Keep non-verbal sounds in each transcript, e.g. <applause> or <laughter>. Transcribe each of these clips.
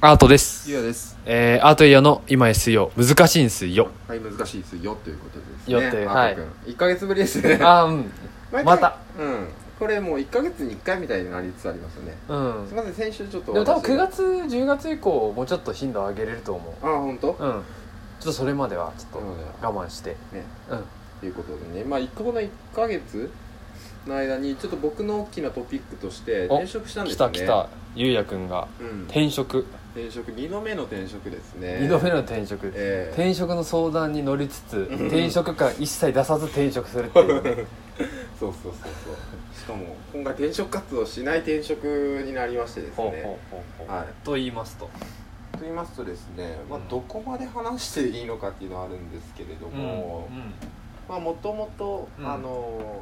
アートです。ゆうやです。えー、アートイヤの今 S よ。難しいんすよ。はい、難しいですよということですね。よってあーとくん一ヶ月ぶりですね。 <laughs> あー、うん。毎回また。うん。これもう一ヶ月に一回みたいになりつつありますよね。うんす。みません、先週ちょっと。でも多分9私が。月、10月以降、もうちょっと頻度上げれると思う。あー、本う当？ん。ちょっとそれまでは、ちょっとそうだよ我慢して。ね。うん。ということでね、まあ一この一ヶ月の間にちょっと僕の大きなトピックとしてお転職したんで来すね。た来た。ゆうやくんがうん。転職。転職二度目の転職ですね。二度目の転職。ええ転職の相談に乗りつつ、ん転職感一切出さず転職するっていう <laughs> ね。そうそうそうそう。しかも今回転職活動しない転職になりましてですね。ほうほうほうほうはい。と言いますと。と言いますとですね、まあうん、どこまで話していいのかっていうのはあるんですけれどうん。も、まあもともとうんあの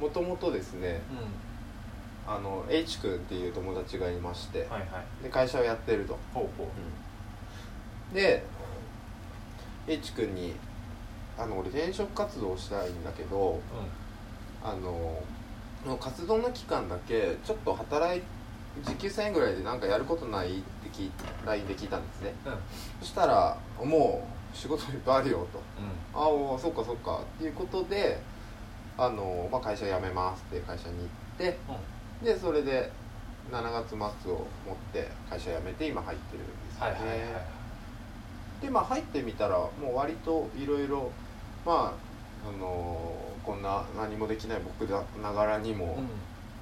もともとですねうあの H 君っていう友達がいまして、ん。はいはい。で会社をやってると、ほうほう。で H 君に「あの俺転職活動したいんだけどあの活動の期間だけちょっと働い時給1000円ぐらいでなんかやることない?」って聞い LINE で聞いたんですねうん。うん。そしたら「もう仕事いっぱいあるよ」と「ああそっかそっか」っていうことであの、まあ、会社辞めますって会社に行ってうん。でそれで7月末を持って会社辞めて今入ってるんですよはいね、はいはい。でまあ入ってみたらもう割といろいろまああのこんな何もできない僕だながらにも、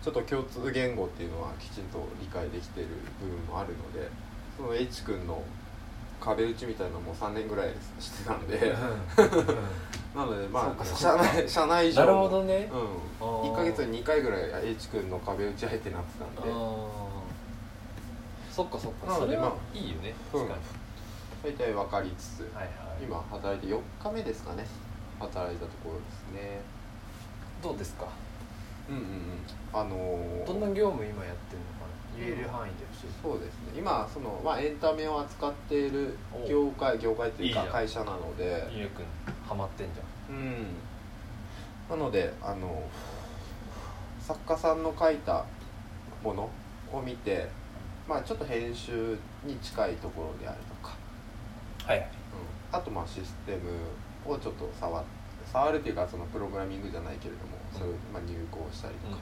ちょっと共通言語っていうのはきちんと理解できてる部分もあるのでその H 君の壁打ちみたいなのも3年ぐらいしてた <laughs> んでなのでそうまかあそう社か内社 <laughs> 内以上なるのほどね。あうんー1ヶ月に2回ぐらい H 君の壁打ち相手になってたんであーそっかそっか。なそのれではまいいよね。う確んかに。大体分かりつつはいはい。今働いて4日目ですかね働いたところですねどうですか。うんうんうんあのーどんな業務今やってるのかな。言える範囲で教そうですね今その、まあ、エンタメを扱っている業界業界というかいいじゃん会社なのでえて。ゆうくんハマってんじゃうんなのであの作家さんの書いたものを見てまあちょっと編集に近いところであるとか、ん。はいはい。うん、あとまあシステムをちょっと触っ触るというかそのプログラミングじゃないけれども、うんそういう、まあ、入稿したりとか、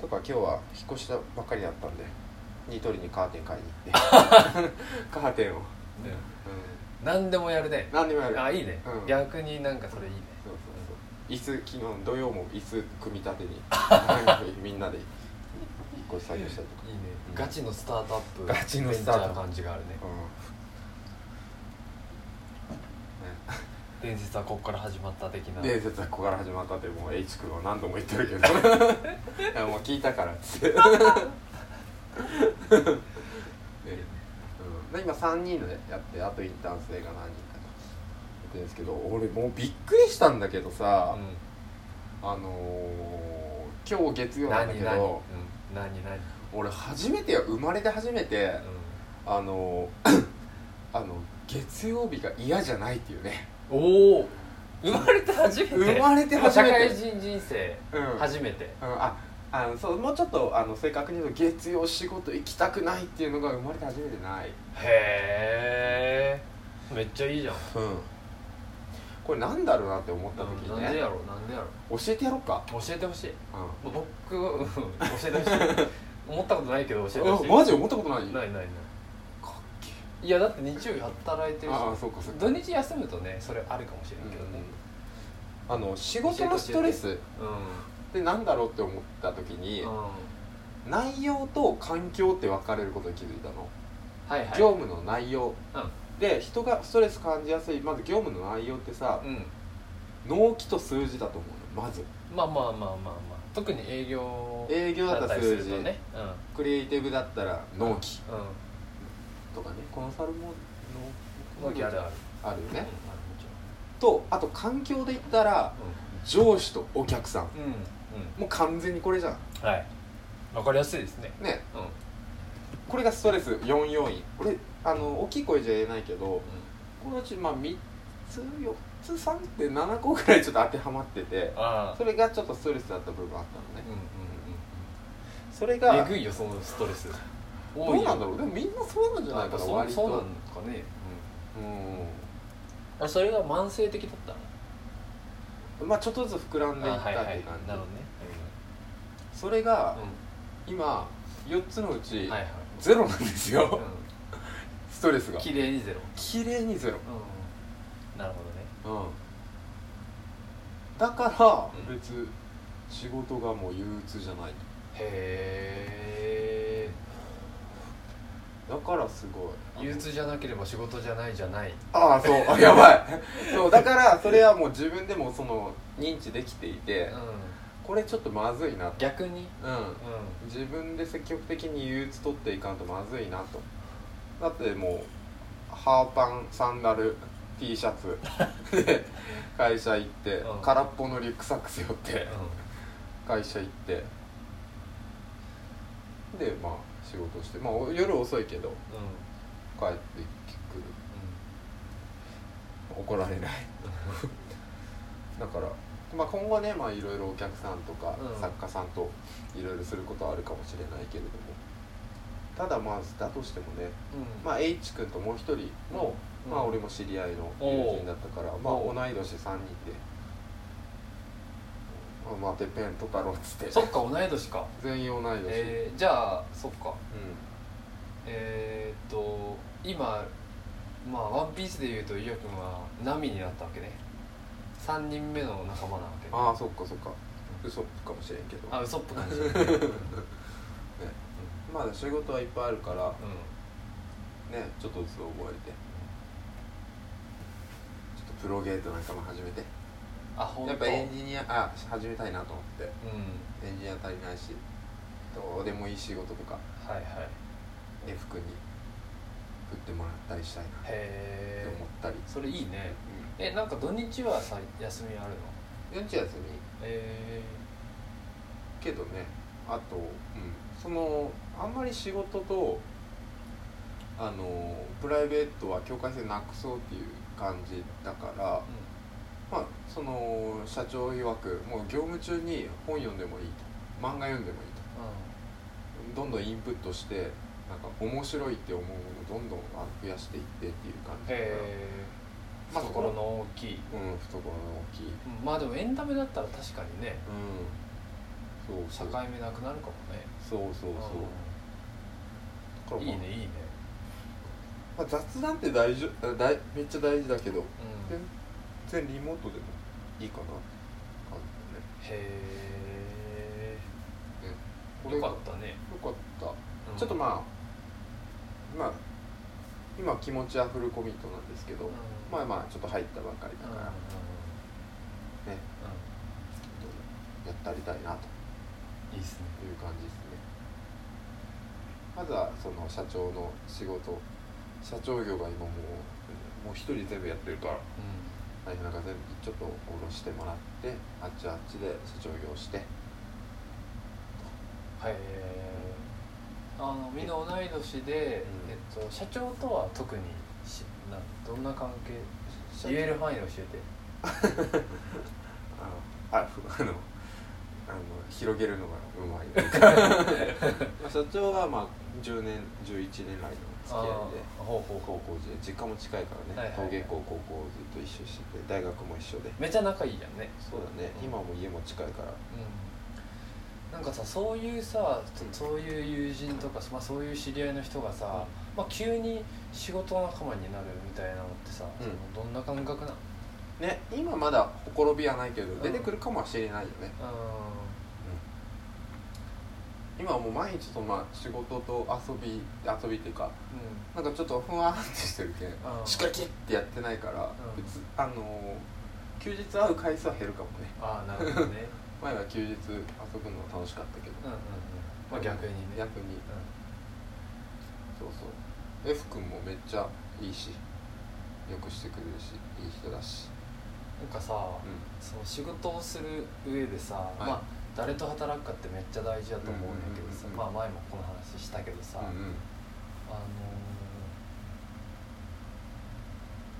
とか今日は引っ越したばっかりだったんでニトリにカーテン買いに行 <laughs> ってカーテンを、うん、何でもやるね。何でもやるあいいねう。ん逆になんかそれいいね。そうそうそう椅子昨日土曜も椅子組み立 <laughs> てになんかみんなで引っ越し作業したりとか、いいねうん。ガチのスタートアップ。ガチのスタートアップベンチャ感じがあるね。うん伝説はここから始まった的な。ね、伝説はここから始まったってもう H 君は何度も言って <laughs> るけどいやもう聞いたからっつってねうんで今3人でやってあとインターン生が何人かとやってるんですけど俺もうびっくりしたんだけどさ、うんあのー、今日月曜なんだけ何ど何うん何何俺初めてよ生まれて初めてあの <coughs> あの月曜日が嫌じゃないっていうねおお生まれて初めて生まれて初めて社会人人生うん初めて、うんああのそうもうちょっとあの正確に言うと月曜仕事行きたくないっていうのが生まれて初めてないへえめっちゃいいじゃん、うんこれなんだろうなって思った時うん、なんにでねやろうなんでやろう教えてやろうか、教えてほしいうん僕は、うん、教えてほしい <laughs> 思ったことないけど教えてほしいあマジ思ったことないないないないかっけえいやだって日曜日働いてるしああそうかそうか土日休むとねそれあるかもしれないけどねうんあの仕事のストレスうん、ってなんだろうって思った時に、うん内容と環境って分かれることに気づいたの、はいはい業務の内容うんで人がストレス感じやすいまず業務の内容ってさうん納期と数字だと思うのまずまあまあまあまあまあ特に営業営業だったら数字、ねうんクリエイティブだったら納期うんとかねコンサルも納納期あるあるあるようんあるねもちとあと環境で言ったら上司とお客さんろんうんうんもう完全にこれじゃんはいわかりやすいですねねうんうんこれがストレス4要因俺あの大きい声じゃ言えないけどこのうちまあ3つ4つ3.7個ぐらいちょっと当てはまっててああそれがちょっとストレスだった部分あったのねうんうんうんそれえがぐいよそのストレスど多ういよなんだろうでもみんなそうなんじゃなやいっかぱなそう割とそうなんかね、うん、あそれが慢性的だったのうんまあちょっとずつ膨らんでいったっていう感じ、なるほどね、それがう今4つのうちん、はいはい、ゼロなんですよ、うストレスがん、綺麗にゼロ、綺麗にゼロうん、なるほどねだかうんら別、仕事がもう憂鬱じゃないへえだからすごい憂鬱じゃなければ仕事じゃないじゃないああそうあやばいそうだからそれはもう自分でもその認知できていてこれちょっとまずいなと逆にうんう自分で積極的に憂鬱取っていかんとまずいなとだってもうハーパンサンダル T シャツで会社行って、うん空っぽのリュックサック背負ってん、会社行ってでまあ仕事してまあお夜遅いけど帰ってくる怒られ <laughs> ないだから、まあ、今後ねまあいろいろお客さんとか、うん作家さんといろいろすることはあるかもしれないけれどもただまあだとしてもね、うんうん、まあ、H 君ともう一人の、うんまあ、俺も知り合いのおう友人だったから、まあ、お同うい年3人で。まあ、てっぺん取ったろうっつってそっか同い年か全員同い年、えー、じゃあそっかうんえー、っと今まあワンピースでいうと伊代君はナミになったわけね3人目の仲間なわけねああそっかそっか嘘かもしれんけどあウソッ <laughs> プ感じねまあ仕事はいっぱいあるからうねちょっとずつ覚えてちょっとプロゲートなんかも始めてんあ本当やっぱエンジニアあ始めたいなと思ってうんエンジニア足りないしどうでもいい仕事とかはいはいへ F 君に振ってもらったりしたいなってえ思ったり、それいいねえなんか土日はさ休みあるのうん、うんち休みえけどねあと、うん、そのあんまり仕事とあのプライベートは境界線なくそうっていう感じだからー、うまあその社長曰くもう業務中に本読んでもいいと漫画読んでもいいんうんとどんどんインプットしてなんか面白いって思うものをどんどんあ増やしていってっていう感じだから、へえまあ懐の大きいうん懐の大きい、うん、うんまあでもエンタメだったら確かにねそう境そう目なくなるかもねそうそうそうだからまあんいいねいいねまあ、雑談って大丈夫だいめっちゃ大事だけどうん全然リモートでもいいかなって感じだねへえこれよがかったね、よかった、うんちょっとまあまあ今気持ちはフルコミットなんですけど、うんまあまあちょっと入ったばかりだうんから、うんねやったりたいなとうんいいっすねいう感じですねまずはその社長の仕事社長業が今もううんもう一人全部やってるからう大変なんか全部ちょっと下ろしてもらってあっちはあっちで社長業してんへえあのみんな同い年で、うんえっと、社長とは特にしなどんな関係社言える範囲で教えてあのあふ <laughs> あのあの広げるのがうまい <laughs> まあ社長はまあ10年11年来の付き合いであーほうほう高ほ校時代実家も近いからね、はいはいはい陶芸校高校ずっと一緒してて大学も一緒でうめちゃ仲いいやんねそうだね、うん今も家も近いからうんなんかさそういうさそそういう友人とか、まあ、そういう知り合いの人がさ、まあ、急に仕事仲間になるみたいなのってさ、うんそのどんな感覚なのね今まだほころびはないけどん出てくるかもしれないよね、今はもう毎日とまあ仕事と遊び遊びっていうかうなんかちょっとふわーってしてるけんんうん仕掛けってやってないから、うん別あのー休日会う回数は減るかもねああなる <laughs> ほどね前は休日遊ぶのは楽しかったけど、うんうんうんまあ逆にね逆にそうそう F 君もめっちゃいいしよくしてくれるしいい人だしうん、なんかさ、うその仕事をする上でさ、いまあ誰と働くかってめっちゃ大事だと思うんだけどさ、うんうんうんうんまあ前もこの話したけどさ、んうんあの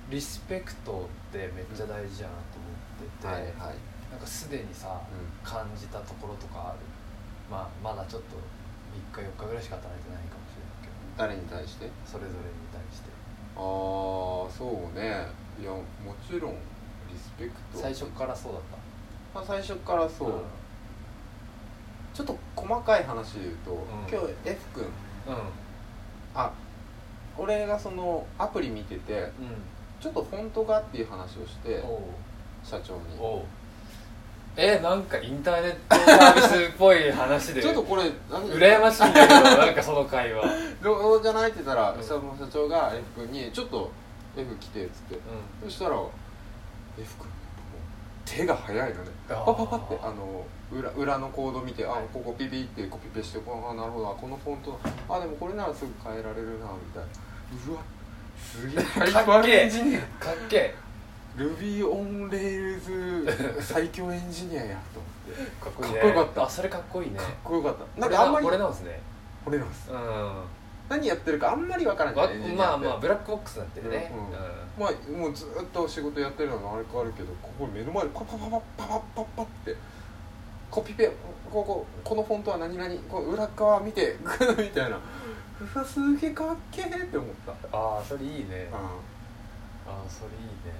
ーリスペクトってめっちゃ大事やなと思ってて、はいはいなんかすでにさ、う感じたところとかあるまあまだちょっと3日4日ぐらいしか働いてないかもしれないけど誰に対してそれぞれに対してああそうねいやもちろんリスペクト最初からそうだったまあ、最初からそう、うんちょっと細かい話で言うと、ん今日 F 君うんあ俺がそのアプリ見ててうちょっとフォントがっていう話をしてんおう社長におうえなんかインターネットサービスっぽい話でちょっとこれ何羨ましいんだけどなんかその会話うんどどうじゃないって言ったら、うんその社長が F 君に「ちょっと F 来て」っつってそしたら F 君もう手が早いのねあーパパパってあの裏裏のコード見てあはいここピピってコピペしてこあなるほどあこのフォントあでもこれならすぐ変えられるなみたいなうわすげえハイパかっけーえエンジニアかっけえ Ruby on Rails 最強エンジニアやと思ってかっこいいねかっこよかったあそれかっこいいねかっこよかったこなんれかあんまりこれなんですね俺なんですうんわ何やってるかあんまりわからないエンジニまアあってまあブラックボックスになってるねうんうんまあ、もうずっと仕事やってるのがあれ変わるけどここ目の前でパパパパパパパパってコピペこここのフォントは何々こう裏側見て <laughs> グーみたいなうわすげえかっけえって思ったうんああそれいいねだなああそれいいね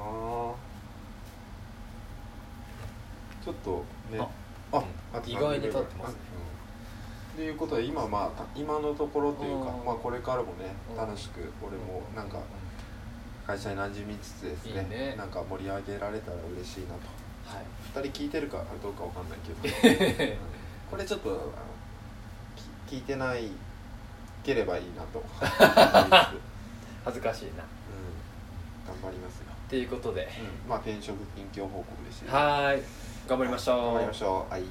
あちょっとねあ意外に立ってますねと、うん、いうことで今まあた今のところというかうんまあこれからもねうん楽しく俺もなんか会社に馴染みつつですねいいねなんか盛り上げられたら嬉しいなとはい2人聞いてるかどうかわかんないけどうんこれちょっとあのき聞いてないければいいな <laughs> と思いつつうん <laughs> 恥ずかしいなっ頑張りますが、ていうことでうんまあ転職近況報告でしたはーい頑張りましょう頑張りましょうはい